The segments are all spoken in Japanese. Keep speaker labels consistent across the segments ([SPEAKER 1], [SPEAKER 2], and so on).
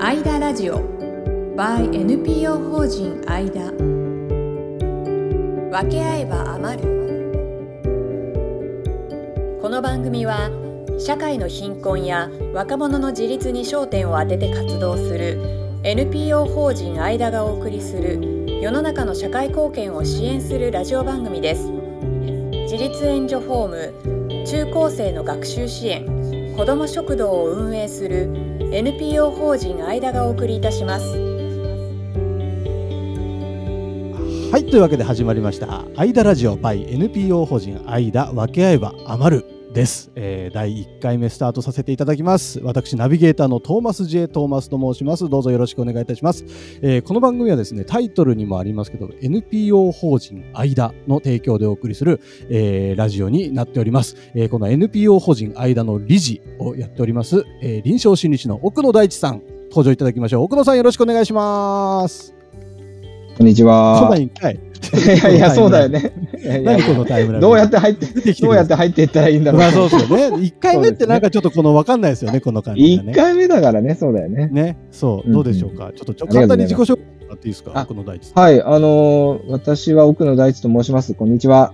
[SPEAKER 1] アイダラジオ by NPO 法人アイダ分け合えば余るこの番組は社会の貧困や若者の自立に焦点を当てて活動する NPO 法人アイダがお送りする世の中の社会貢献を支援するラジオ番組です自立援助ホーム中高生の学習支援子ども食堂を運営する NPO 法人アイダがお送りいたします
[SPEAKER 2] はいというわけで始まりました「アイダラジオ by NPO 法人アイダ分け合えば余る」です、えー第1回目スタートさせていただきます私ナビゲーターのトーマス J トーマスと申しますどうぞよろしくお願いいたします、えーこの番組はですねタイトルにもありますけど NPO 法人アイダの提供でお送りする、えーラジオになっております、えーこの NPO 法人アイダの理事をやっております、えー臨床心理士の奥野大地さん登場いただきましょう奥野さんよろしくお願いします
[SPEAKER 3] こんにち
[SPEAKER 2] そうだ
[SPEAKER 3] は。
[SPEAKER 2] よ一回
[SPEAKER 3] いやいや、そうだよね。いやいや
[SPEAKER 2] 何このタイムラグ
[SPEAKER 3] どうやって入って、
[SPEAKER 2] 出てきて
[SPEAKER 3] どうやって入っていったらいいんだ
[SPEAKER 2] ま
[SPEAKER 3] ろ
[SPEAKER 2] あ
[SPEAKER 3] う。
[SPEAKER 2] そうですよ ね。一回目ってなんかちょっとこの分かんないですよね、この感じが
[SPEAKER 3] 一
[SPEAKER 2] ね。
[SPEAKER 3] 回目だからね、そうだよね。
[SPEAKER 2] ね、そ
[SPEAKER 3] うん
[SPEAKER 2] う、どうでしょうか。ちょっとちょ
[SPEAKER 3] あり
[SPEAKER 2] 簡
[SPEAKER 3] がと
[SPEAKER 2] 単
[SPEAKER 3] う
[SPEAKER 2] に
[SPEAKER 3] ござ
[SPEAKER 2] 自己
[SPEAKER 3] いま
[SPEAKER 2] 紹介もらっていいですか、
[SPEAKER 3] あ
[SPEAKER 2] この大地さん。
[SPEAKER 3] はい、あのー私は奥野大地と申します。こんにちは。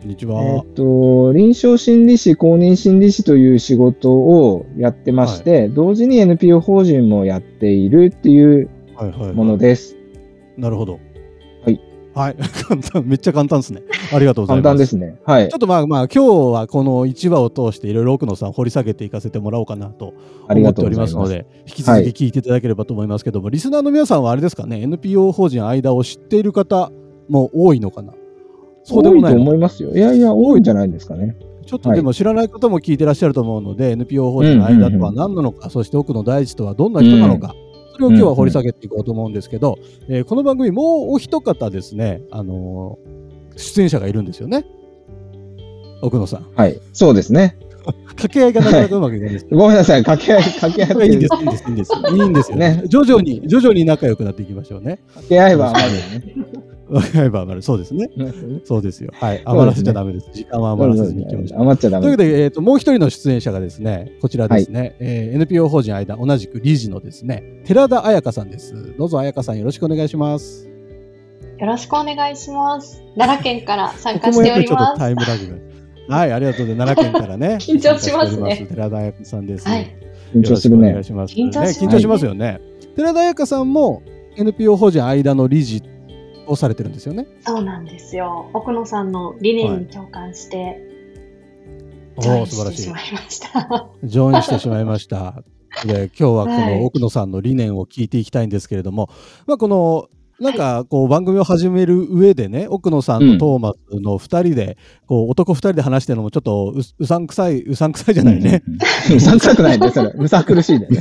[SPEAKER 2] こんにち
[SPEAKER 3] え
[SPEAKER 2] は。
[SPEAKER 3] ーっ、と、臨床心理士、公認心理士という仕事をやってまして、同時に NPO 法人もやっているっていう
[SPEAKER 2] はいはいはい
[SPEAKER 3] ものです。
[SPEAKER 2] なるほど。
[SPEAKER 3] はい。
[SPEAKER 2] はい。 簡単、めっちゃ簡単ですね。ありがとうござい
[SPEAKER 3] 簡
[SPEAKER 2] ます。
[SPEAKER 3] 単ですね。はい
[SPEAKER 2] ちょ。っとまあまあ、今日はこの1話を通していろいろ奥野さん掘り下げていかせてもらおうかなと
[SPEAKER 3] あり
[SPEAKER 2] 思っ
[SPEAKER 3] が
[SPEAKER 2] て
[SPEAKER 3] と
[SPEAKER 2] お
[SPEAKER 3] うご
[SPEAKER 2] り
[SPEAKER 3] ざい
[SPEAKER 2] ま
[SPEAKER 3] ます
[SPEAKER 2] すので、引き続き聞いていただければと思いますけども、リスナーの皆さんはあれですかね、NPO 法人間を知っている方も多いのかな。そうで
[SPEAKER 3] 多
[SPEAKER 2] も
[SPEAKER 3] い
[SPEAKER 2] な
[SPEAKER 3] と
[SPEAKER 2] いの
[SPEAKER 3] 思いますよ。いやいや、多いんじゃないですかね。
[SPEAKER 2] ちょっとでも知らない方も聞いてらっしゃると思うので、NPO 法人の間とは何なのか、そして奥野大地とはどんな人なのか、それを今日は掘り下げていこうと思うんですけど、えーこの番組、もうお一方ですね、あのー出演者がいるんですよね。奥野さん。
[SPEAKER 3] はい。そうですね。
[SPEAKER 2] 掛け合いがなかなかうまくいかないです。
[SPEAKER 3] ごめんなさい。掛け合い、掛け合い
[SPEAKER 2] いいんです、いいんです、いいんです。いいんですよね
[SPEAKER 3] ね。
[SPEAKER 2] 徐々に、徐々に仲良くなっていきましょうね。
[SPEAKER 3] 掛け合えば余る
[SPEAKER 2] わかれば余る。そうですね。
[SPEAKER 3] よね。
[SPEAKER 2] そうですよ。はい。余らせちゃダメです。時間は余らせずにいきましょう。
[SPEAKER 3] 余っちゃダ
[SPEAKER 2] という
[SPEAKER 3] メ
[SPEAKER 2] わ。けで、えー、ともう一人の出演者がですね、こちらですね、えー NPO 法人間、同じく理事のですね、寺田彩香さんです。どうぞ彩香さん、よろしくお願いします。
[SPEAKER 4] よろしくお願いします。奈良県から参加
[SPEAKER 2] ここ
[SPEAKER 4] し
[SPEAKER 2] も
[SPEAKER 4] て
[SPEAKER 2] やっ
[SPEAKER 4] お
[SPEAKER 2] ぱり
[SPEAKER 4] り
[SPEAKER 2] ちょっと
[SPEAKER 4] ます。。
[SPEAKER 2] タイムラグが。はい、ありがとうございます。奈良県からね
[SPEAKER 4] 緊張しま
[SPEAKER 2] 参
[SPEAKER 4] すね
[SPEAKER 2] 加しており寺田彩香さんです。
[SPEAKER 4] はい
[SPEAKER 3] 緊張する
[SPEAKER 2] よろ
[SPEAKER 3] ね。
[SPEAKER 2] しくお願いします。
[SPEAKER 4] 緊張します
[SPEAKER 2] ね緊張しますよね。寺田彩香さんも NPO 法人間の理事をされてるんですよね。
[SPEAKER 4] そうなんですよ。奥野さんの理念に共感して、
[SPEAKER 2] お
[SPEAKER 4] ジョイ
[SPEAKER 2] ー
[SPEAKER 4] ン
[SPEAKER 2] 素晴
[SPEAKER 4] し
[SPEAKER 2] ら
[SPEAKER 4] て
[SPEAKER 2] し
[SPEAKER 4] し
[SPEAKER 2] い
[SPEAKER 4] ま。いました。
[SPEAKER 2] ジョインしてしまいました。で今日はこ
[SPEAKER 4] はい
[SPEAKER 2] の奥野さんの理念を聞いていきたいんですけれども、まあ、このなんかこう番組を始める上でね奥野さんとトーマスの2人でこう男2人で話してるのもちょっとううさんくさいうさんくさいじゃないね、
[SPEAKER 3] うん。うさんくさくないね、そ れ。うさ苦しいね。
[SPEAKER 2] む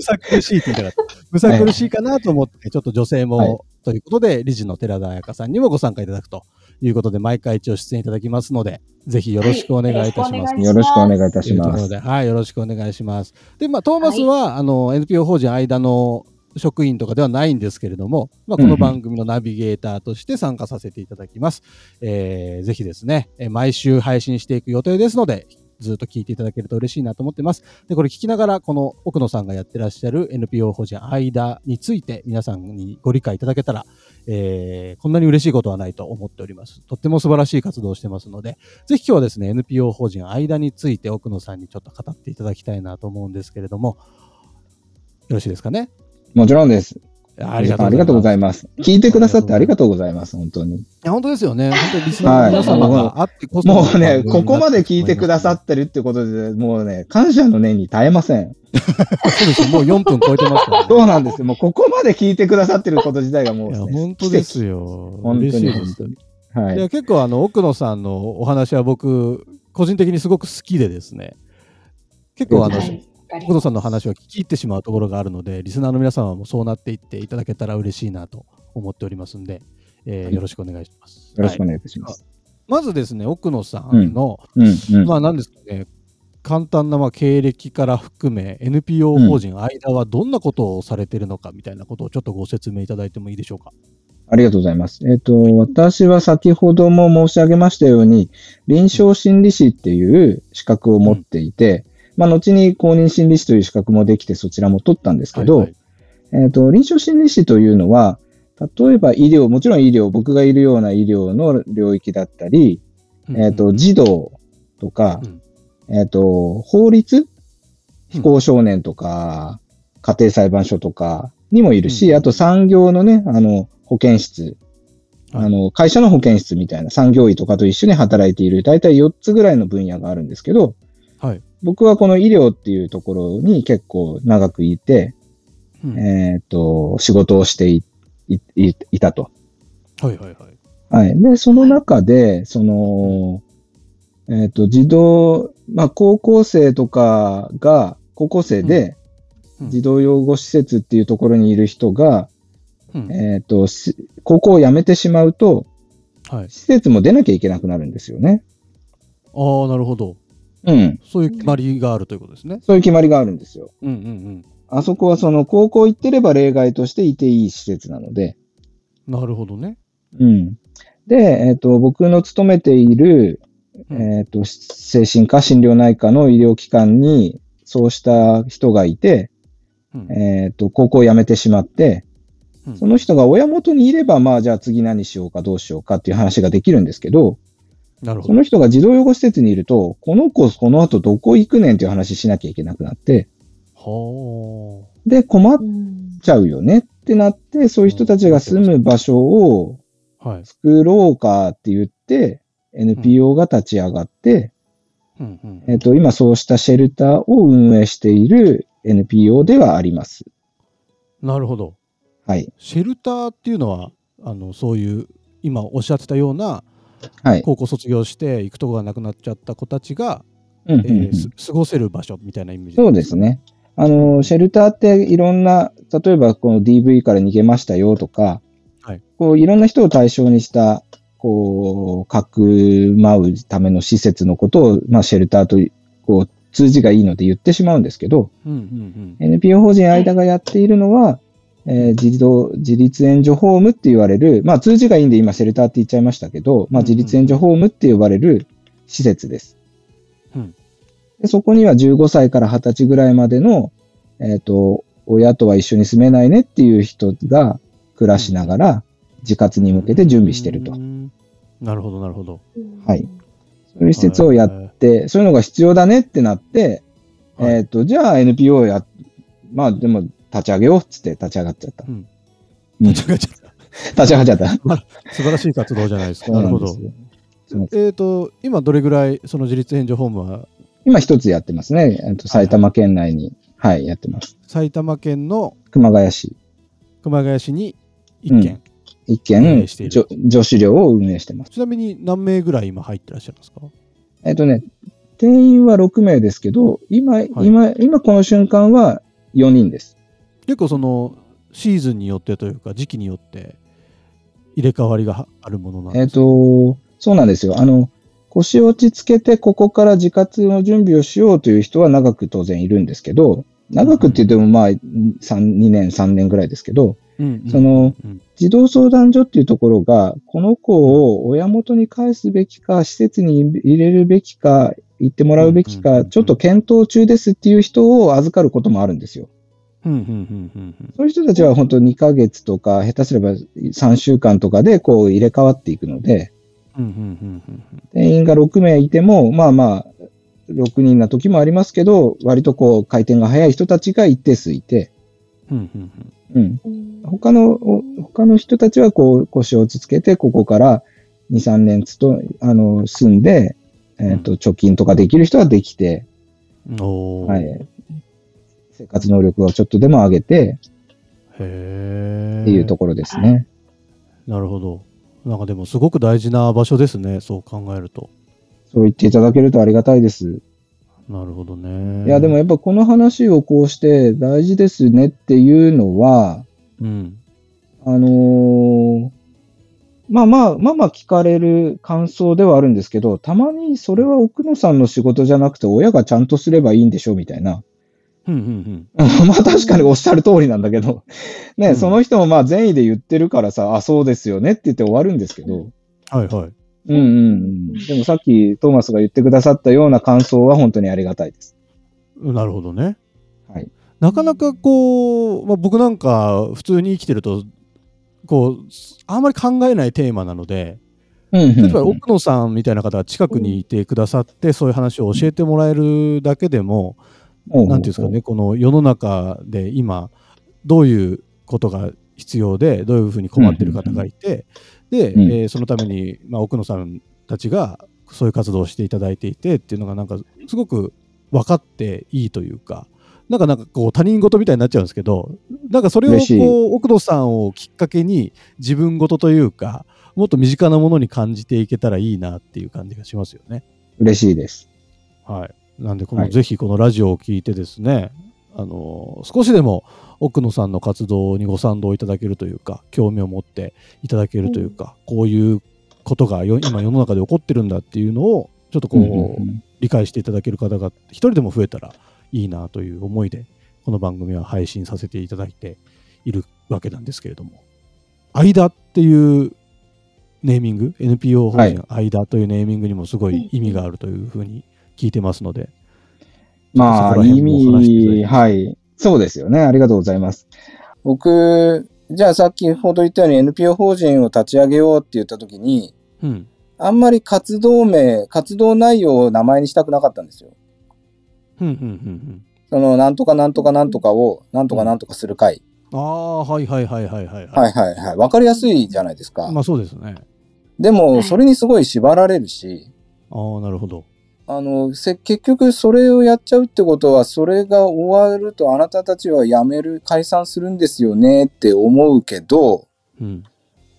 [SPEAKER 2] さ苦しいって言いたかったむさ苦しいかなと思ってちょっと女性も、
[SPEAKER 3] はい
[SPEAKER 2] ということで理事の寺田彩香さんにもご参加いただくということで毎回一応出演いただきますのでぜひよろしくお願いいたし
[SPEAKER 4] は
[SPEAKER 2] ま
[SPEAKER 4] よろ
[SPEAKER 2] す
[SPEAKER 4] くお願い
[SPEAKER 3] よろしくお願いいた
[SPEAKER 2] と
[SPEAKER 3] し
[SPEAKER 2] いうと
[SPEAKER 3] ま
[SPEAKER 2] ころ
[SPEAKER 3] す。
[SPEAKER 2] で、はい、よろしくお願いします。で、まあ、トーマスは、あの、NPO 法人間の職員とかではないんですけれども、まあ、こ
[SPEAKER 3] うんう
[SPEAKER 2] の
[SPEAKER 3] ん
[SPEAKER 2] 番組のナビゲーターとして参加させていただきます。えーぜひですね、えー毎週配信していく予定ですので、ずっと聞いていただけると嬉しいなと思ってます。で、これ聞きながら、この奥野さんがやってらっしゃる NPO 法人間について、皆さんにご理解いただけたら、えーこんなに嬉しいことはないと思っております。とっても素晴らしい活動をしてますので、ぜひ今日はですね、NPO 法人間について奥野さんにちょっと語っていただきたいなと思うんですけれども、よろしいですかね。
[SPEAKER 3] もちろんです。
[SPEAKER 2] あ
[SPEAKER 3] ありがとうございます。聞いてくださってありがとうございます、本当に。
[SPEAKER 2] いや、本当ですよね。本当にリスナーの皆様があってこそ、
[SPEAKER 3] もうね、ここまで聞いてくださってるってことで、もうね、感謝の念に耐えません。
[SPEAKER 2] た。そうですよもう4分超えてますから、ね。
[SPEAKER 3] そうなん ですよ。もうここまで聞いてくださってること自体がもう
[SPEAKER 2] い
[SPEAKER 3] ね、
[SPEAKER 2] や、本当です
[SPEAKER 3] よ。
[SPEAKER 2] よ。
[SPEAKER 3] 本当
[SPEAKER 2] 嬉しい
[SPEAKER 3] に、
[SPEAKER 2] で
[SPEAKER 3] 本
[SPEAKER 2] す
[SPEAKER 3] 当。に。はいい。
[SPEAKER 2] や結構あの奥野さんのお話は僕個人的にすごく好きでですね結構あの、
[SPEAKER 3] は
[SPEAKER 4] はい。
[SPEAKER 2] 奥野さんの話は聞き入ってしまうところがあるのでリスナーの皆様もそうなっていっていただけたら嬉しいなと思っておりますんで、えー
[SPEAKER 3] はい
[SPEAKER 2] よろしくお願いします。
[SPEAKER 3] よろしく
[SPEAKER 2] は
[SPEAKER 3] お
[SPEAKER 2] い
[SPEAKER 3] 願いいたします。
[SPEAKER 2] まずですね奥野さんの、
[SPEAKER 3] うん、うん。
[SPEAKER 2] まあ何ですかね簡単なまあ経歴から含め NPO 法人間はどんなことをされてるのかみたいなことをちょっとご説明いただいてもいいでしょうか。
[SPEAKER 3] ありがとうございます。えっ、と、私は先ほども申し上げましたように、臨床心理士っていう資格を持っていて、まあ、後に公認心理士という資格もできて、そちらも取ったんですけど、
[SPEAKER 2] はい
[SPEAKER 3] えっと臨床心理士というのは、例えば医療、もちろん医療、僕がいるような医療の領域だったり、えっと児童とか、えっと法律、非行少年とか、家庭裁判所とかにもいるし、
[SPEAKER 2] うん
[SPEAKER 3] あと産業のね、あの保健室、
[SPEAKER 2] はい
[SPEAKER 3] あの会社の保健室みたいな産業医とかと一緒に働いている、大体4つぐらいの分野があるんですけど、
[SPEAKER 2] はい
[SPEAKER 3] 僕はこの医療っていうところに結構長くいて、
[SPEAKER 2] うん
[SPEAKER 3] えっと仕事をしていいいいたと。
[SPEAKER 2] はいはいはい。
[SPEAKER 3] はい。で、その中で、その、えっ、と、児童、まあ、高校生とかが、高校生で、
[SPEAKER 2] うんうん
[SPEAKER 3] 児童養護施設っていうところにいる人が、
[SPEAKER 2] うん
[SPEAKER 3] えっ、と、し高校を辞めてしまうと、
[SPEAKER 2] はい、
[SPEAKER 3] 施設も出なきゃいけなくなるんですよね。
[SPEAKER 2] ああ、なるほど。
[SPEAKER 3] うん。
[SPEAKER 2] そういう決まりがあるということですね。
[SPEAKER 3] そういう決まりがあるんですよ。
[SPEAKER 2] うんうん
[SPEAKER 3] あそこはその、高校行ってれば例外としていていい施設なので、
[SPEAKER 2] うん。なるほどね。
[SPEAKER 3] うん。で、えっ、と、僕の勤めている、
[SPEAKER 2] うん
[SPEAKER 3] えー、と精神科診療内科の医療機関にそうした人がいて、
[SPEAKER 2] うん
[SPEAKER 3] えー、と高校を辞めてしまって
[SPEAKER 2] うん
[SPEAKER 3] その人が親元にいればまあじゃあ次何しようかどうしようかっていう話ができるんですけど
[SPEAKER 2] なるほ
[SPEAKER 3] そ
[SPEAKER 2] ど。
[SPEAKER 3] の人が児童養護施設にいるとこの子この後どこ行くねんっていう話しなきゃいけなくなって
[SPEAKER 2] は
[SPEAKER 3] で困っ
[SPEAKER 4] うん
[SPEAKER 3] ちゃうよねってなってそういう人たちが住む場所を
[SPEAKER 2] あ。はい。
[SPEAKER 3] 作ろうかって言って NPO が立ち上がって、
[SPEAKER 2] うんうん
[SPEAKER 3] えっ、と、今そうしたシェルターを運営している NPO ではあります。
[SPEAKER 2] なるほど。
[SPEAKER 3] はい。
[SPEAKER 2] シェルターっていうのは、あのそういう今おっしゃってたような
[SPEAKER 3] はい。
[SPEAKER 2] 高校卒業して行くとこがなくなっちゃった子たちが、
[SPEAKER 3] うんうん
[SPEAKER 2] え
[SPEAKER 3] うん
[SPEAKER 2] ーす過ごせる場所みたいなイメージ。
[SPEAKER 3] そうです。ね。あの、シェルターっていろんな、例えばこの DV から逃げましたよとか、
[SPEAKER 2] はい
[SPEAKER 3] こういろんな人を対象にした、こう、かくまうための施設のことを、まあ、シェルターとい、こう、通じがいいので言ってしまうんですけど、
[SPEAKER 2] うんうんうん。
[SPEAKER 3] NPO 法人間がやっているのは、えー自動自立援助ホームって言われる、まあ、通じがいいんで今シェルターって言っちゃいましたけど、ま
[SPEAKER 2] うんうん
[SPEAKER 3] あ、自立援助ホームって呼ばれる施設です。
[SPEAKER 2] うん
[SPEAKER 3] でそこには15歳から20歳ぐらいまでの、えー、と親とは一緒に住めないねっていう人が暮らしながら自活に向けて準備してると。
[SPEAKER 2] うんなるほどなるほど。
[SPEAKER 3] はいそういう施設をや っ
[SPEAKER 2] はい
[SPEAKER 3] て、そういうのが必要だねってなって、
[SPEAKER 2] はい
[SPEAKER 3] えっ、と、じゃあ NPO をや、まあでも立ち上げようっつって立ち上がっちゃった。
[SPEAKER 2] うん
[SPEAKER 3] うん
[SPEAKER 2] 間違えちゃった
[SPEAKER 3] 立ち上がっちゃった。
[SPEAKER 2] 素晴らしい活動じゃないですか。
[SPEAKER 3] そう
[SPEAKER 2] なる
[SPEAKER 3] な
[SPEAKER 2] ほ
[SPEAKER 3] んで
[SPEAKER 2] ど
[SPEAKER 3] す。よ。そうなんです
[SPEAKER 2] えっ、と、今どれぐらいその自立援助ホームは
[SPEAKER 3] 今一つやってますね。えっと埼玉県内に、はい、やってます。
[SPEAKER 2] 埼玉県の
[SPEAKER 3] 熊谷市、
[SPEAKER 2] 熊谷市に1軒、
[SPEAKER 3] 一
[SPEAKER 2] 運
[SPEAKER 3] 軒、
[SPEAKER 2] 営している
[SPEAKER 3] 女女子寮を運営してます。
[SPEAKER 2] ちなみに何名ぐらい今入ってらっしゃるんですか
[SPEAKER 3] えっ、とね、定員は6名ですけど、今、今、今この瞬間は4人です。
[SPEAKER 2] 結構そのシーズンによってというか時期によって入れ替わりがはあるものなん
[SPEAKER 3] えっ、
[SPEAKER 2] ですか、
[SPEAKER 3] と、そうなんですよ。あの、腰落ち着けて、ここから自活の準備をしようという人は長く当然いるんですけど、長くって言っても、まあ、3、2年、3年ぐらいですけど、
[SPEAKER 2] うんうん
[SPEAKER 3] その
[SPEAKER 2] うん
[SPEAKER 3] 児童相談所っていうところが、この子を親元に返すべきか、施設に入れるべきか、行ってもらうべき
[SPEAKER 2] うんうんうん
[SPEAKER 3] か、
[SPEAKER 2] うん
[SPEAKER 3] ちょっと検討中ですっていう人を預かることもあるんですよ。
[SPEAKER 2] うんうんうんうんうん
[SPEAKER 3] そういう人たちは本当2ヶ月とか、下手すれば3週間とかでこう入れ替わっていくので、
[SPEAKER 2] うんうんうんうん
[SPEAKER 3] 定員が6名いても、まあまあ、6人な時もありますけど、割とこう、回転が早い人たちが一定数いて、
[SPEAKER 2] うんうんうん
[SPEAKER 3] うん。
[SPEAKER 4] うん
[SPEAKER 3] 他の、お他の人たちはこう、腰を落ち着けて、ここから2、3年つと、あの、住んで、えっ、と、貯金とかできる人はできて、
[SPEAKER 2] おー
[SPEAKER 3] はい。生活能力をちょっとでも上げて、
[SPEAKER 2] へ
[SPEAKER 3] っていうと
[SPEAKER 2] こ
[SPEAKER 3] ころですね。
[SPEAKER 2] なるほどなんかでもすごく大事な場所ですねそう考えると
[SPEAKER 3] そう言っていただけるとありがたいです。
[SPEAKER 2] なるほどね
[SPEAKER 3] いや、でもやっぱこの話をこうして、大事ですねっていうのは、
[SPEAKER 2] うん
[SPEAKER 3] あのーまあまあ、まあまあ聞かれる感想ではあるんですけど、たまにそれは奥野さんの仕事じゃなくて親がちゃんとすればいいんでしょみたいな。
[SPEAKER 2] うんうん
[SPEAKER 3] まあ確かにおっしゃる通りなんだけど、ね、
[SPEAKER 2] うん
[SPEAKER 3] その人もまあ善意で言ってるからさ、あ、そうですよねって言って終わるんですけど、
[SPEAKER 2] うんはいはい
[SPEAKER 3] うんうんうん。でもさっきトーマスが言ってくださったような感想は本当にありがたいです。
[SPEAKER 2] なるほどね。
[SPEAKER 3] はい
[SPEAKER 2] なかなかこう、まあ、僕なんか普通に生きてるとこうあんまり考えないテーマなので
[SPEAKER 3] うんうん
[SPEAKER 2] 例えば奥野さんみたいな方が近くにいてくださってそういう話を教えてもらえるだけでも
[SPEAKER 3] うん
[SPEAKER 2] なんていうんですかねこの世の中で今どういうことが必要でどういうふうに困ってる方がいてで、え
[SPEAKER 3] うん
[SPEAKER 2] ーそのために、まあ、奥野さんたちがそういう活動をしていただいていてっていうのがなんかすごく分かっていいというか。なんかなんかこう他人事みたいになっちゃうんですけどなんかそれを
[SPEAKER 3] 嬉しい
[SPEAKER 2] こう奥野さんをきっかけに自分事というかもっと身近なものに感じていけたらいいなっていう感じがしますよね。
[SPEAKER 3] 嬉しいです。
[SPEAKER 2] はい、なんでこの、
[SPEAKER 3] はい
[SPEAKER 2] ぜひこのラジオを聞いてですねあの少しでも奥野さんの活動にご賛同いただけるというか興味を持っていただけるというか、こういうことがよ今世の中で起こってるんだっていうのをちょっとこう、
[SPEAKER 3] うんうんうん
[SPEAKER 2] 理解していただける方が一人でも増えたらいいなという思いでこの番組は配信させていただいているわけなんですけれども「間」っていうネーミング NPO 法
[SPEAKER 3] はい
[SPEAKER 2] 人「間」というネーミングにもすごい意味があるというふうに聞いてますので、
[SPEAKER 3] ま
[SPEAKER 2] そ
[SPEAKER 3] あ、
[SPEAKER 2] こら
[SPEAKER 3] 意
[SPEAKER 2] 辺も話していただいて
[SPEAKER 3] 味、はい。そうですよね。ありがとうございます。僕、じゃあさっきほど言ったように NPO 法人を立ち上げようって言った時に、
[SPEAKER 2] うん、
[SPEAKER 3] あんまり活動名、活動内容を名前にしたくなかったんですよ。
[SPEAKER 2] うんうんうん
[SPEAKER 3] その、なんとかなんとかなんとかを、なんとかなんとかする会。
[SPEAKER 2] うんああはいはいはいはいはいは
[SPEAKER 3] はいはいはい。わかりやすいじゃないですか。
[SPEAKER 2] まあそうですね
[SPEAKER 3] で
[SPEAKER 4] は
[SPEAKER 3] も、
[SPEAKER 4] い
[SPEAKER 3] それにすごい縛られるし、
[SPEAKER 2] ああなるほど
[SPEAKER 3] あの、せ結局それをやっちゃうってことは、それが終わるとあなたたちは辞める、解散するんですよねって思うけど、
[SPEAKER 2] うん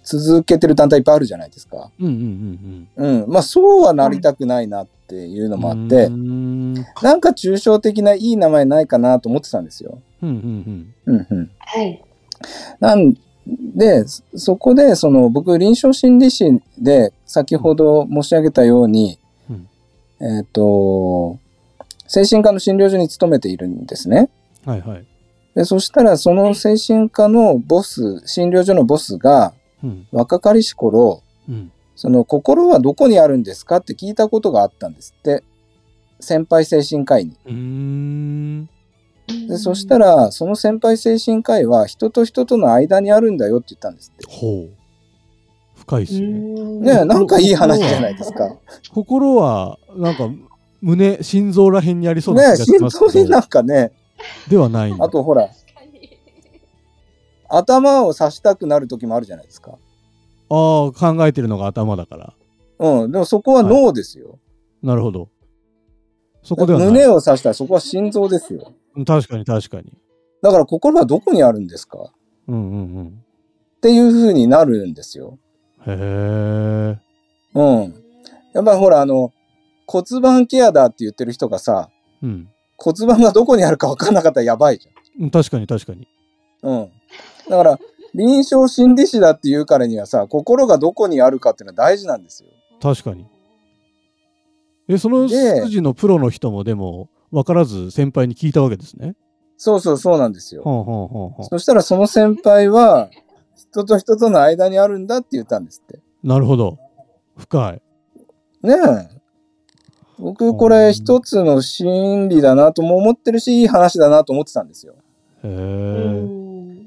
[SPEAKER 3] 続けてる団体いっぱいあるじゃないですか。
[SPEAKER 2] うんうんうん
[SPEAKER 3] うん。まあ、そうはなりたくないなっていう
[SPEAKER 2] う
[SPEAKER 3] の
[SPEAKER 2] ん
[SPEAKER 3] もあって、
[SPEAKER 2] うーん
[SPEAKER 3] なんか抽象的ないい名前ないかなと思ってたんですよ。
[SPEAKER 2] うんうん
[SPEAKER 3] うんうん。
[SPEAKER 4] はい。
[SPEAKER 3] なんで、そそこで、その、僕、臨床心理士で、先ほど申し上げたように、
[SPEAKER 2] うん
[SPEAKER 3] えっ、と、精神科の診療所に勤めているんですね。
[SPEAKER 2] うんはいはい
[SPEAKER 3] で、そしたら、その精神科のボス、診療所のボスが、
[SPEAKER 2] うん
[SPEAKER 3] 若かりし頃、
[SPEAKER 2] うん
[SPEAKER 3] その心はどこにあるんですかって聞いたことがあったんですって。先輩精神科医に。
[SPEAKER 2] うーん
[SPEAKER 3] で、そしたら、その先輩精神科医は人と人との間にあるんだよって言ったんですって。
[SPEAKER 2] ほう深いで
[SPEAKER 4] う
[SPEAKER 2] すね、
[SPEAKER 4] ん、
[SPEAKER 3] ねえ、
[SPEAKER 2] 心
[SPEAKER 3] なんかいい話じゃないですか。ね
[SPEAKER 2] 心はなんか胸心臓らへんにありそうな
[SPEAKER 3] え、
[SPEAKER 2] 気がし
[SPEAKER 3] 心
[SPEAKER 2] ます
[SPEAKER 3] 臓
[SPEAKER 2] け
[SPEAKER 3] に
[SPEAKER 2] ど、
[SPEAKER 3] なんかね、
[SPEAKER 2] ではないんだ
[SPEAKER 3] あとほら、頭を刺したくなる時もあるじゃないですか。
[SPEAKER 2] あー考えてるのが頭だから
[SPEAKER 3] うん、でもそこは脳ですよ。
[SPEAKER 2] なるほどそこではない
[SPEAKER 3] 胸を刺したらそこは心臓ですよ。
[SPEAKER 2] 確かに確かに
[SPEAKER 3] だから心はどこにあるんですかっ
[SPEAKER 2] うんうんうん
[SPEAKER 3] ていうふうになるんですよ。
[SPEAKER 2] へえ
[SPEAKER 3] うん。やっぱりほら、あの、骨盤ケアだって言ってる人がさ、
[SPEAKER 2] うん
[SPEAKER 3] 骨盤がどこにあるか分かんなかったらやばいじ
[SPEAKER 2] うん確かに確かに
[SPEAKER 3] ゃん。うん。だから、臨床心理士だっていうからにはさ、心がどこにあるかっていうのは大事なんですよ。
[SPEAKER 2] 確かにえその
[SPEAKER 3] で
[SPEAKER 2] 筋のプロの人もでも分からず先輩に聞いたわけですね
[SPEAKER 3] そうそうそうなんですよ。
[SPEAKER 2] ほんほんほんほん
[SPEAKER 3] そしたらその先輩は、人と人との間にあるんだって言ったんですって。
[SPEAKER 2] なるほど深い
[SPEAKER 3] ねえ。僕、これ一つの心理だなとも思ってるし、いい話だなと思ってたんですよ。
[SPEAKER 2] へえ、
[SPEAKER 4] う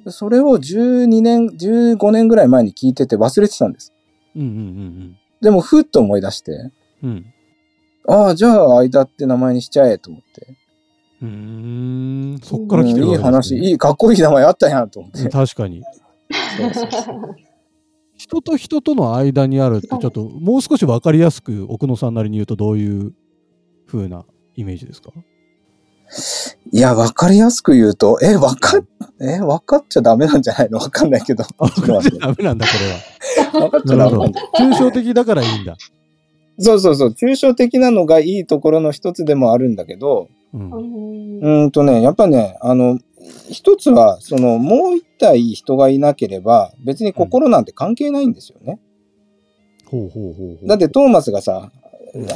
[SPEAKER 4] ん
[SPEAKER 3] それを12年、15年ぐらい前に聞いてて忘れてたんです。
[SPEAKER 2] うんうん
[SPEAKER 3] でも、ふっと思い出して、
[SPEAKER 2] うんうんうん
[SPEAKER 3] ああ、じゃあ、間って名前にしちゃえと思って。
[SPEAKER 2] うーん、そっから来てる
[SPEAKER 3] うんい
[SPEAKER 2] わけで
[SPEAKER 3] い
[SPEAKER 2] す
[SPEAKER 3] 話、
[SPEAKER 2] ね
[SPEAKER 3] いい、かっこいい名前あったやん と思って。
[SPEAKER 2] うん確かに。
[SPEAKER 3] そうそうそう
[SPEAKER 2] 人と人との間にあるって、ちょっともう少し分かりやすく奥野さんなりに言うと、どういう風なイメージです か
[SPEAKER 3] いや、わかりやすく言うと、え、わかっ、え、わかっちゃダメなんじゃないのわかんないけど。
[SPEAKER 2] あ、
[SPEAKER 3] わ
[SPEAKER 2] 分かっちゃダメなんだ、これ
[SPEAKER 3] かっちゃ
[SPEAKER 2] は。な
[SPEAKER 3] ダ
[SPEAKER 2] る
[SPEAKER 3] メ な
[SPEAKER 2] ほ
[SPEAKER 3] んだ
[SPEAKER 2] ど。抽象的だからいいんだ。
[SPEAKER 3] そうそうそう。抽象的なのがいいところの一つでもあるんだけど、
[SPEAKER 2] うん。
[SPEAKER 4] う
[SPEAKER 2] うん
[SPEAKER 4] ん
[SPEAKER 3] うーんとね、やっぱね、あの、一つは、その、もう一体人がいなければ、別に心なんて関係ないんですよね。
[SPEAKER 2] ほうほうほうほう。
[SPEAKER 3] だって、トーマスがさ、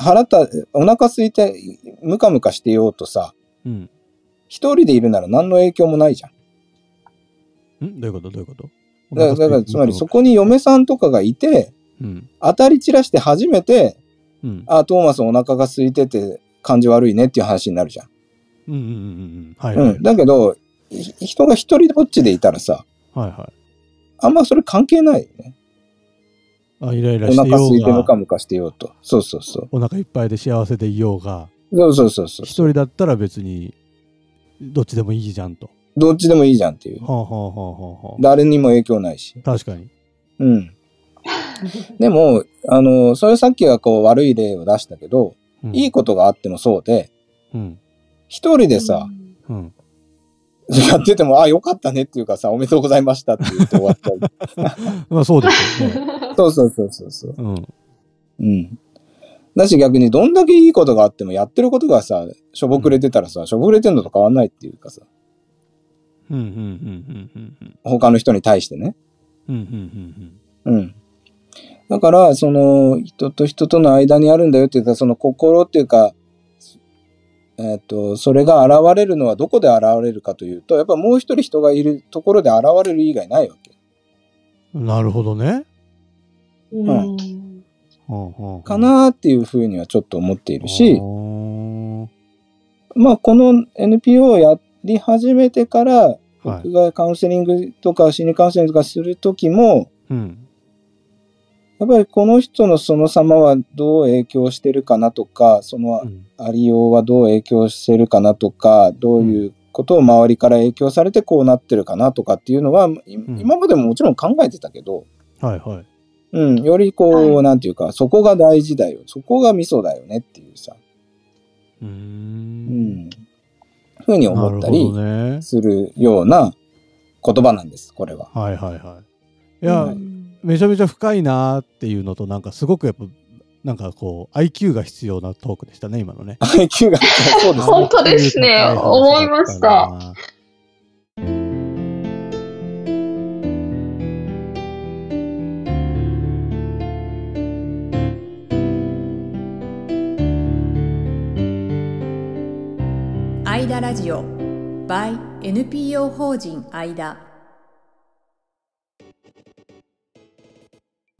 [SPEAKER 3] 腹た、お腹空いて、ムカムカしてようとさ、
[SPEAKER 2] うん。
[SPEAKER 3] 一人でいるなら何の影響もないじゃん。
[SPEAKER 2] んどういうことどういうこと
[SPEAKER 3] だから、だからつまりそ。こに嫁さんとかがいて、
[SPEAKER 2] うん。
[SPEAKER 3] 当たり散らして初めて、
[SPEAKER 2] うん。
[SPEAKER 3] あ、トーマスお腹が空いてて感じ悪いねっていう話になるじゃん。
[SPEAKER 2] うんうんうんうん。はいは
[SPEAKER 3] う
[SPEAKER 2] い
[SPEAKER 3] ん。。だけど、ひ人が一人ぼっちでいたらさ、
[SPEAKER 2] はいは
[SPEAKER 3] あんまそれ関係ないよね。
[SPEAKER 2] い。あイライ
[SPEAKER 3] お
[SPEAKER 2] ラして
[SPEAKER 3] 腹空い
[SPEAKER 2] よ
[SPEAKER 3] て
[SPEAKER 2] う
[SPEAKER 3] ム
[SPEAKER 2] が
[SPEAKER 3] カ、ムカしてようと。そうそうそう。
[SPEAKER 2] お腹いっぱいで幸せでいようが、
[SPEAKER 3] そうそうそうそう
[SPEAKER 2] 一。人だったら別にどっちでもいいじゃんと。
[SPEAKER 3] どっちでもいいじゃんっていう。
[SPEAKER 2] はあはあはあはあは
[SPEAKER 3] 誰にも影響ないし。
[SPEAKER 2] あ。確かに。
[SPEAKER 3] うん。でも、あの、それさっきはこう悪い例を出したけど、
[SPEAKER 2] うん
[SPEAKER 3] いいことがあってもそうで、
[SPEAKER 2] うん。
[SPEAKER 3] 一人でさ、
[SPEAKER 2] うん。
[SPEAKER 3] やってても、あ、よかったねっていうかさ、おめでとうございましたって言って終わっち ゃう。
[SPEAKER 2] まあそうですよね。
[SPEAKER 3] そうそうそうそうそう。
[SPEAKER 2] うん。
[SPEAKER 3] うん。だし逆にどんだけいいことがあってもやってることがさ、しょぼくれてたらさ、しょぼくれてんのと変わんないっていうかさ、
[SPEAKER 2] うんうんうんうんうん
[SPEAKER 3] 他の人に対してね。
[SPEAKER 2] うんうんうん
[SPEAKER 3] うん。だから、その、人と人との間にあるんだよって言ったら、その心っていうか、えっ、と、それが現れるのはどこで現れるかというと、やっぱもう一人人がいるところで現れる以外ないわけ。
[SPEAKER 2] うん。なるほどね。
[SPEAKER 4] うん
[SPEAKER 2] うんうんうん
[SPEAKER 3] かなーっていうふうにはちょっと思っているし、
[SPEAKER 2] あー
[SPEAKER 3] まあ、この NPO をやり始めてから、
[SPEAKER 2] はい
[SPEAKER 3] 僕がカウンセリングとか心理カウンセリングとかするときも、
[SPEAKER 2] うん。
[SPEAKER 3] やっぱりこの人のその様はどう影響してるかなとか、その
[SPEAKER 2] うん
[SPEAKER 3] ありようはどう影響してるかなとか、どういうことを周りから影響されてこうなってるかなとかっていうのは、い今までももちろん考えてたけど、
[SPEAKER 2] はいはい。
[SPEAKER 3] うん、よりこう、
[SPEAKER 4] は
[SPEAKER 3] なんていうか、そこが大事だよ。そこがミソだよねっていうさ、
[SPEAKER 2] うー。
[SPEAKER 3] うんん、ふうに
[SPEAKER 2] な
[SPEAKER 3] 思っ
[SPEAKER 2] る
[SPEAKER 3] た
[SPEAKER 2] ほ
[SPEAKER 3] り、
[SPEAKER 2] どね。
[SPEAKER 3] するような言葉なんです、これは。
[SPEAKER 2] はいはいはい。いや、
[SPEAKER 3] うん
[SPEAKER 2] めちゃめちゃ深いなーっていうのとなんかすごくやっぱなんかこう IQ が必要なトークでしたね今のね。
[SPEAKER 3] IQ が、そ うです
[SPEAKER 4] 本
[SPEAKER 3] ね。
[SPEAKER 4] 当ですね
[SPEAKER 2] あー
[SPEAKER 4] 思いました。
[SPEAKER 1] アイダラジオ by NPO 法人アイダ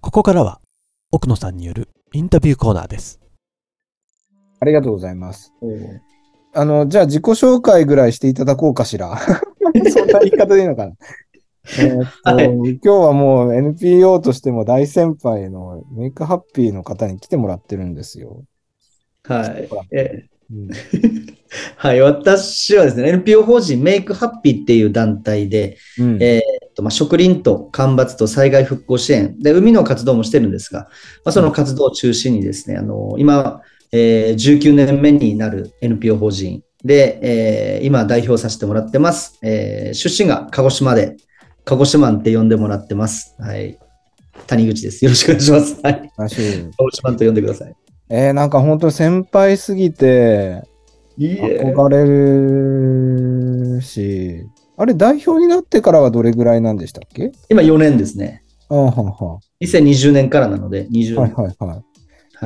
[SPEAKER 5] ここからは奥野さんによるインタビューコーナーです。
[SPEAKER 3] ありがとうございます。あの、じゃあ自己紹介ぐらいしていただこうかしら。そんな言い方でいいのかな。えーっと、
[SPEAKER 6] はい
[SPEAKER 3] 今日はもう NPO としても大先輩のメイクハッピーの方に来てもらってるんですよ。
[SPEAKER 6] はい。え
[SPEAKER 3] うん
[SPEAKER 6] はい、私はですね、NPO 法人メイクハッピーっていう団体で、
[SPEAKER 3] うん
[SPEAKER 6] ええっとまあ、植林と干ばつと災害復興支援で、海の活動もしてるんですが、まあ、その活動を中心にですね、あの今、えー19年目になる NPO 法人で、えー今代表させてもらってます、えー出身が鹿児島で、鹿児島って呼んでもらってます。はい。谷口です。よろしくお願いします。はい。
[SPEAKER 3] らしい
[SPEAKER 6] 鹿児島と呼んでください。
[SPEAKER 3] えーなんか本当に先輩すぎて、
[SPEAKER 6] いい
[SPEAKER 3] 憧れるし、あれ代表になってからはどれぐらいなんでしたっけ
[SPEAKER 6] 今4年ですね。
[SPEAKER 3] あはは
[SPEAKER 6] 2020年からなので、20
[SPEAKER 3] はい
[SPEAKER 6] 年。
[SPEAKER 3] はいはい。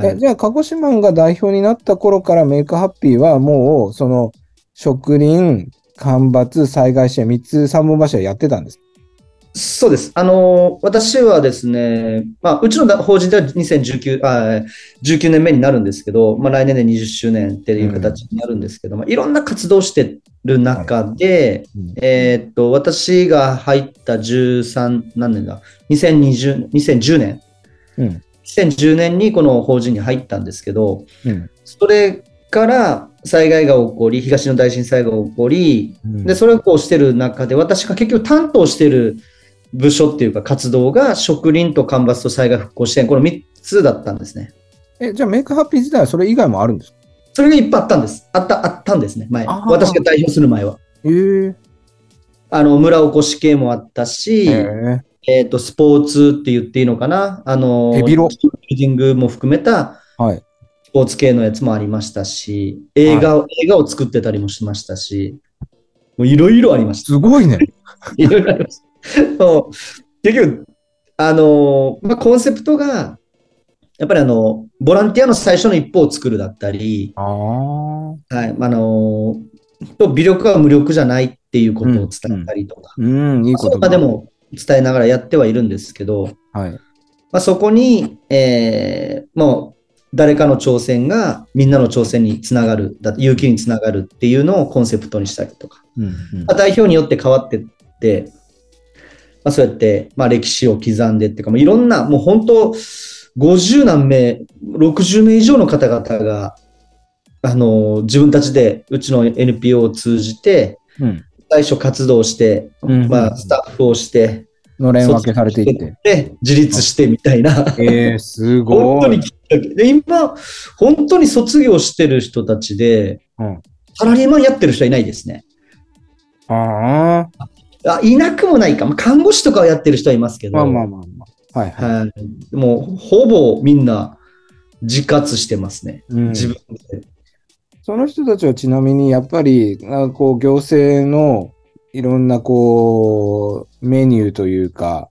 [SPEAKER 6] は
[SPEAKER 3] え
[SPEAKER 6] い
[SPEAKER 3] じゃあ、鹿児島が代表になった頃からメイクハッピーはもう、その、植林、干ばつ、災害支援、三つ三本柱やってたんです。
[SPEAKER 6] そうです。あのー私はですね、まあ、うちの法人では2019あー19年目になるんですけど、まあ、来年で20周年っていう形になるんですけど、まあ、いろんな活動をしてる中で、
[SPEAKER 3] うん
[SPEAKER 6] えーっと、私が入った13、何年だ、2020 2010年、
[SPEAKER 3] うん
[SPEAKER 6] 2010年にこの法人に入ったんですけど、
[SPEAKER 3] うん
[SPEAKER 6] それから災害が起こり、東の大震災が起こり、
[SPEAKER 3] うん
[SPEAKER 6] でそれをこうしてる中で、私が結局担当してる部署っていうか活動が、植林と干ばつと災害復興支援、この3つだったんですね。
[SPEAKER 3] えじゃあ、メイクハッピー自体はそれ以外もあるんですか
[SPEAKER 6] それがいっぱいあったんです。あった、あったんですね、前。
[SPEAKER 3] あー
[SPEAKER 6] 私が代表する前は。
[SPEAKER 3] へえ
[SPEAKER 6] あの、村おこし系もあったし、
[SPEAKER 3] へ
[SPEAKER 6] えっ、と、スポーツって言っていいのかな。あの、
[SPEAKER 3] 手広
[SPEAKER 6] ビルディングも含めた、
[SPEAKER 3] えはい。
[SPEAKER 6] スポーツ系のやつもありましたし、映画を,、映画を作ってたりもしましたし、もういろいろありました。
[SPEAKER 3] すごいね。
[SPEAKER 6] いろいろありました。もう結局、あのまあ、コンセプトが、やっぱりあの、ボランティアの最初の一歩を作るだったり、
[SPEAKER 3] ああ。
[SPEAKER 6] はい、あのと微力は無力じゃないっていうことを伝えたりとか、
[SPEAKER 3] うん、いい
[SPEAKER 6] まあそ
[SPEAKER 3] こと
[SPEAKER 6] の場で。も伝えながらやってはいるんですけど、
[SPEAKER 3] はい。
[SPEAKER 6] まあ、そこに、えーもう誰かの挑戦がみんなの挑戦につながる、だ勇気につながるっていうのをコンセプトにしたりとか、
[SPEAKER 3] うん
[SPEAKER 6] まあ代表によって変わってって、まあ、そうやって、まあ、歴史を刻んでっていうか、もういろんな、もう本当、50何名、60名以上の方々が、あの自分たちでうちの NPO を通じて、
[SPEAKER 3] うん
[SPEAKER 6] 最初活動して、
[SPEAKER 3] うん
[SPEAKER 6] まあ、スタッフをして、
[SPEAKER 3] のれん分けされていって。
[SPEAKER 6] で自立してみたいな。
[SPEAKER 3] えー、す
[SPEAKER 6] 本
[SPEAKER 3] ご
[SPEAKER 6] 当に
[SPEAKER 3] い。
[SPEAKER 6] きっかけで今、本当に卒業してる人たちで、
[SPEAKER 3] うん
[SPEAKER 6] サラリーマンやってる人はいないですね。
[SPEAKER 3] ああ、
[SPEAKER 6] あいなくもないか、まあ看護師とかはやってる人はいますけど、
[SPEAKER 3] まあまあまあまあ。はいはい。
[SPEAKER 6] はい、もうほぼみんな自活してますね、
[SPEAKER 3] うん
[SPEAKER 6] 自分で。
[SPEAKER 3] その人たちはちなみにやっぱり、あこう、行政のいろんなこう、メニューというか、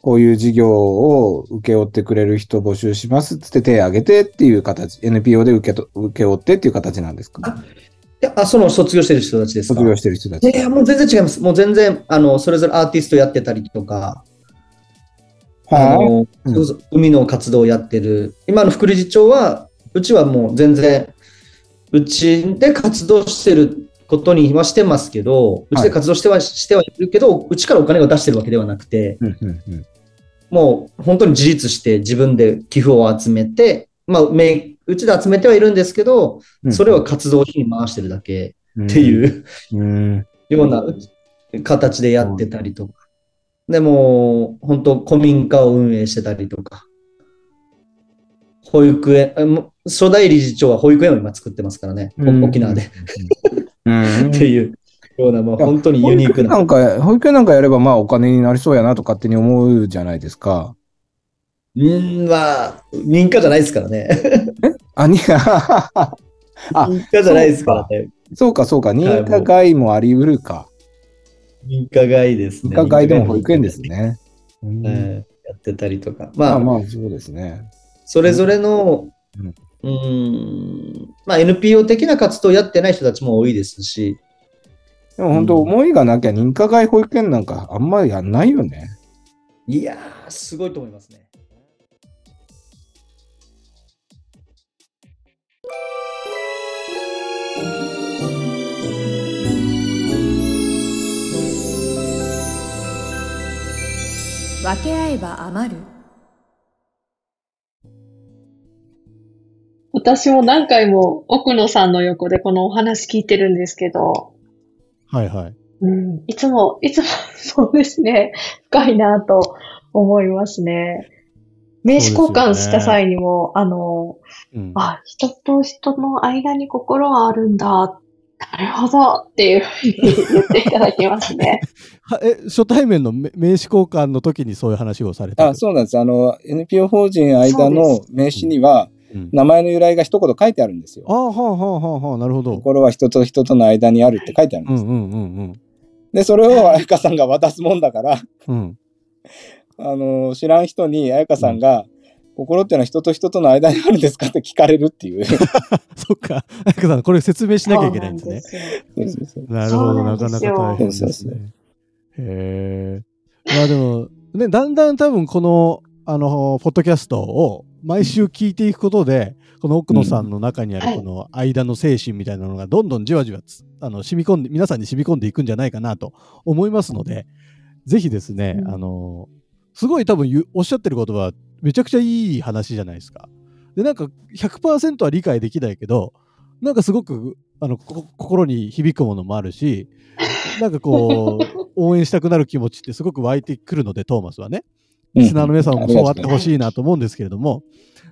[SPEAKER 3] こういう事業を受け負ってくれる人募集しますっつって手挙げてっていう形、NPO で受けと受け負ってっていう形なんですか
[SPEAKER 6] であその卒業してる人たちですか
[SPEAKER 3] 卒業してる人たち。
[SPEAKER 6] いや、もう全然違います。もう全然、あの、それぞれアーティストやってたりとか、あ
[SPEAKER 3] は
[SPEAKER 6] の
[SPEAKER 3] うん
[SPEAKER 6] それこそ海の活動をやってる、今の副理事長は、うちはもう全然、うちで活動してることにはしてますけど、うちで活動しては、してはいるけど、うちからお金を出してるわけではなくて、
[SPEAKER 3] うんうんうん
[SPEAKER 6] もう本当に自立して自分で寄付を集めて、まあ、めうちで集めてはいるんですけど、
[SPEAKER 3] うん
[SPEAKER 6] それを活動費に回してるだけ
[SPEAKER 3] っ
[SPEAKER 6] っていう、
[SPEAKER 3] うん。
[SPEAKER 6] ような形でやってたりとか。でも、本当古民家を運営してたりとか。保育園、あもう初代理事長は保育園を今作ってますからね、
[SPEAKER 3] うん
[SPEAKER 6] 沖縄で。
[SPEAKER 3] うん
[SPEAKER 6] っていうような、まあ、本当に
[SPEAKER 3] 保
[SPEAKER 6] ユニー
[SPEAKER 3] 育
[SPEAKER 6] ク
[SPEAKER 3] 園な
[SPEAKER 6] な。
[SPEAKER 3] んか、保育園なんかやればまあお金になりそうやなと勝手に思うじゃないですか。
[SPEAKER 6] うん、まあ、認可じゃないですからね。
[SPEAKER 3] あ、に、 あ、あ
[SPEAKER 6] 認可じゃないですからね。
[SPEAKER 3] そうかそうか、認可外もあり得るか。
[SPEAKER 6] 認可外です
[SPEAKER 3] 認
[SPEAKER 6] ね。
[SPEAKER 3] 可外でも保育園です。ね。
[SPEAKER 6] え
[SPEAKER 3] うん
[SPEAKER 6] えやってたりとか。
[SPEAKER 3] ま
[SPEAKER 6] ま
[SPEAKER 3] あ
[SPEAKER 6] あ、
[SPEAKER 3] まあ、そうですね。
[SPEAKER 6] それぞれの、
[SPEAKER 3] うん
[SPEAKER 6] うーん、まあ NPO 的な活動をやってない人たちも多いですし、
[SPEAKER 3] でも本当、
[SPEAKER 6] うん
[SPEAKER 3] 思いがなきゃ認可外保育園なんかあんまりやんないよね。
[SPEAKER 6] いやー、すごいと思いますね。
[SPEAKER 1] 分け合えば余る
[SPEAKER 4] 私も何回も奥野さんの横でこのお話聞いてるんですけど、
[SPEAKER 2] はいはい。
[SPEAKER 4] うん、いつも、いつも そうですね、深いなと思いますね。名刺交換した際にも、あの、
[SPEAKER 2] うん
[SPEAKER 4] あ、人と人の間に心はあるんだ。なるほどっていうふうに言っていただきますね。
[SPEAKER 2] はえ初対面のめ名刺交換の時にそういう話をされた
[SPEAKER 3] あ、そうなんです。あの、NPO 法人間
[SPEAKER 4] そ
[SPEAKER 3] の名刺には、
[SPEAKER 2] うん
[SPEAKER 3] 名前の由来が一言書いてあるんですよ
[SPEAKER 2] あ。はあはあはあはあなるほど。
[SPEAKER 3] 心は人と人との間にあるって書いてある
[SPEAKER 2] う
[SPEAKER 3] んで
[SPEAKER 2] ん
[SPEAKER 3] す。
[SPEAKER 2] うんうんうん
[SPEAKER 3] で、それを彩香さんが渡すもんだから、
[SPEAKER 2] うん。
[SPEAKER 3] あの、知らん人に彩香さんが、心ってのは人と人との間にあるんですかって聞かれるって いう。
[SPEAKER 2] そっか。 あやかさんこれ説明し なきゃいけないんですね。
[SPEAKER 4] そうなんですよ
[SPEAKER 3] そうそうそう
[SPEAKER 2] なるほ
[SPEAKER 4] そ
[SPEAKER 2] ど
[SPEAKER 4] うな
[SPEAKER 2] なんか
[SPEAKER 4] で
[SPEAKER 2] な
[SPEAKER 4] す
[SPEAKER 2] か
[SPEAKER 4] よ
[SPEAKER 2] 大変で
[SPEAKER 3] そう
[SPEAKER 2] す
[SPEAKER 3] そうそ
[SPEAKER 2] ね。へえ。まあでもねだんだん多分このあのポッドキャストを毎週聞いていくことで、この奥野さんの中にあ
[SPEAKER 4] は
[SPEAKER 2] る
[SPEAKER 4] い
[SPEAKER 2] この間の精神みたいなのがどんどんじわじわつあの染み込んで皆さんに染み込んでいくんじゃないかなと思いますので、ぜひですね、
[SPEAKER 4] うん
[SPEAKER 2] あのすごい多分言うおっしゃってることはめちゃくちゃいい話じゃないですか。でなんか100%は理解できないけどなんかすごくあのこ心に響くものもあるしなんかこ う応援したくなる気持ちってすごく湧いてくるのでトーマスはねリスナーの皆さんもそうあってほしいなと思うんですけれども、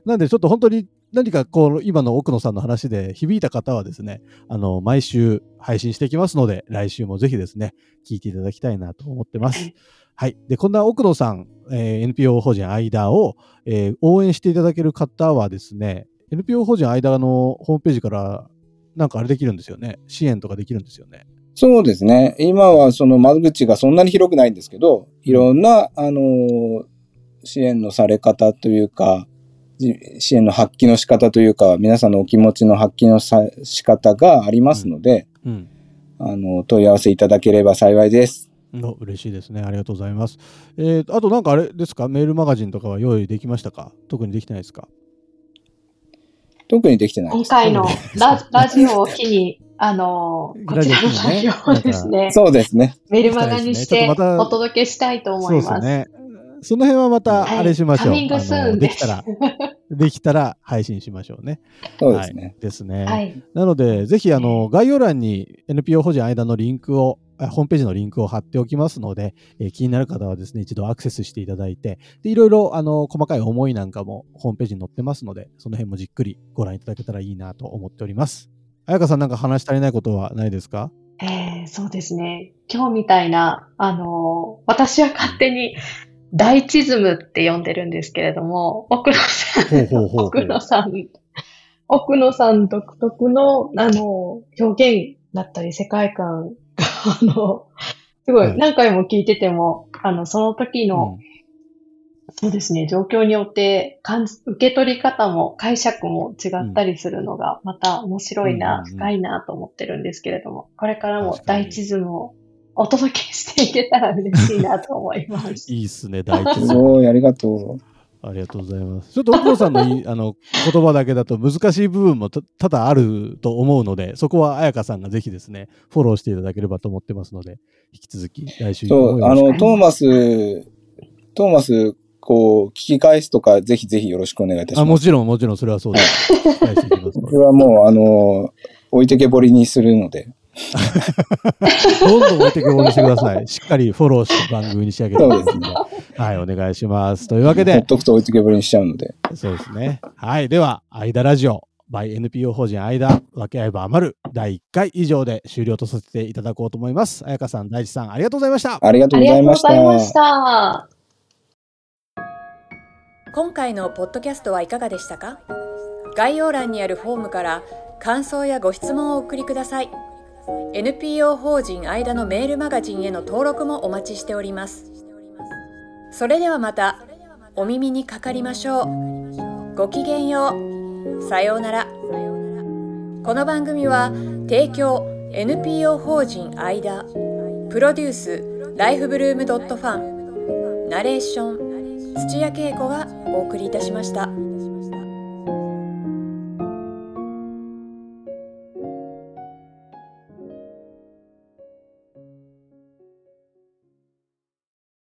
[SPEAKER 2] なんでちょっと本当に何かこう今の奥野さんの話で響いた方はですねあの毎週配信していきますので来週もぜひですね聞いていただきたいなと思って ます。はい、でこんな奥野さん、えー NPO 法人間を、えー応援していただける方はですね NPO 法人間のホームページからなんかあれできるんですよね支援とかできるんですよね。
[SPEAKER 3] そうですね。今はその窓口がそんなに広くないんですけど、いろんな、あのー支援のされ方というか、じ支援の発揮の仕方というか、皆さんのお気持ちの発揮のさ仕方がありますので、
[SPEAKER 2] うん
[SPEAKER 3] あの、問い合わせいただければ幸いです。
[SPEAKER 2] の嬉しいですね。ありがとうございます。えーとあとなんかあれですか、メールマガジンとかは用意できましたか特にできてないですか
[SPEAKER 7] 特にできてないで
[SPEAKER 4] 今
[SPEAKER 7] す。
[SPEAKER 4] 回のララジオを機に、あの、こちら
[SPEAKER 2] ラ
[SPEAKER 4] の内
[SPEAKER 2] ジオを機にね
[SPEAKER 4] 容をですね、
[SPEAKER 7] そうですね。
[SPEAKER 4] メルマガにして
[SPEAKER 2] ちょっとまた
[SPEAKER 4] お届けしたいと思います。
[SPEAKER 2] そうですね。その辺はまた、
[SPEAKER 4] はい
[SPEAKER 2] あれしましょう。
[SPEAKER 4] カミングス
[SPEAKER 2] あ
[SPEAKER 4] ー
[SPEAKER 2] の
[SPEAKER 4] ン
[SPEAKER 2] で
[SPEAKER 4] で
[SPEAKER 2] き
[SPEAKER 4] す
[SPEAKER 2] たら、できたら配信しましょうね。
[SPEAKER 7] そうですね。
[SPEAKER 2] はい、ですね。
[SPEAKER 4] はい。
[SPEAKER 2] なので、ぜひ、あの、概要欄に NPO 法人間のリンクを、あホームページのリンクを貼っておきますので、えー気になる方はですね、一度アクセスしていただいて、で、いろいろ、あの、細かい思いなんかもホームページに載ってますので、その辺もじっくりご覧いただけたらいいなと思っております。彩香さんなんか話し足りないことはないですか
[SPEAKER 4] えーそうですね。今日みたいな、あのー私は勝手に、ダイチズムって呼んでるんですけれども、奥野さん、
[SPEAKER 2] ほうほうほうほう
[SPEAKER 4] 奥野さん、奥野さん独特の、あのー表現だったり世界観が、あのすご
[SPEAKER 2] はい
[SPEAKER 4] い、何回も聞いてても、あの、その時の、
[SPEAKER 2] うん
[SPEAKER 4] そうですね。状況によって感じ、受け取り方も解釈も違ったりするのが、また面白い
[SPEAKER 2] う
[SPEAKER 4] な、
[SPEAKER 2] んうんうん
[SPEAKER 4] 深いなと思ってるんですけれども、これからも
[SPEAKER 2] 確かに
[SPEAKER 4] 大地図をお届けしていけたら嬉しいなと思います。
[SPEAKER 2] いいっすね、大地
[SPEAKER 7] す
[SPEAKER 2] さん
[SPEAKER 7] ごい、ありがと
[SPEAKER 2] ありがとうございます。ちょっと奥野さん のいあの言葉だけだと難しい部分もた多々あると思うので、そこは彩香さんがぜひですね、フォローしていただければと思ってますので、引き続き来週
[SPEAKER 7] う。
[SPEAKER 2] 以降
[SPEAKER 7] そ
[SPEAKER 2] も
[SPEAKER 7] う、
[SPEAKER 2] よ
[SPEAKER 7] あ
[SPEAKER 2] ろしく
[SPEAKER 7] の、トーマス、トーマス、こう、聞き返すとか、ぜひぜひよろしくお願いいたし
[SPEAKER 2] あ、
[SPEAKER 7] ま
[SPEAKER 2] も
[SPEAKER 7] す。
[SPEAKER 2] ちろん、もちろん、それは そうです。期待していきますの
[SPEAKER 7] 僕
[SPEAKER 2] で
[SPEAKER 7] はもう、あの、置いてけぼりにするので。
[SPEAKER 2] どんどん置いてけぼりしてください。しっかりフォローして番組に仕上げてます
[SPEAKER 7] そう
[SPEAKER 2] ので、はい、お願いします。というわけ
[SPEAKER 7] ほ
[SPEAKER 2] で
[SPEAKER 7] っ、とくと置いてけぼりにしちゃうので。
[SPEAKER 2] そうですね。はい。では、間ラジオ、by NPO 法人間、分け合えば余る、第1回以上で終了とさせていただこうと思います。彩香さん、大地さん、ありがとうございました。
[SPEAKER 7] ありがと
[SPEAKER 4] あ
[SPEAKER 7] う
[SPEAKER 4] り
[SPEAKER 7] ご
[SPEAKER 4] が
[SPEAKER 7] ざ
[SPEAKER 4] と
[SPEAKER 7] いうま
[SPEAKER 4] ご
[SPEAKER 7] した
[SPEAKER 4] ざいました。
[SPEAKER 1] 今回のポッドキャストはいかがでしたか概要欄にあるフォームから感想やご質問をお送りください NPO 法人間のメールマガジンへの登録もお待ちしておりますそれではまたお耳にかかりましょうごきげんようさようならこの番組は提供 NPO 法人間プロデュースライフブルームドットファンナレーション土屋恵子がお送りいたしました。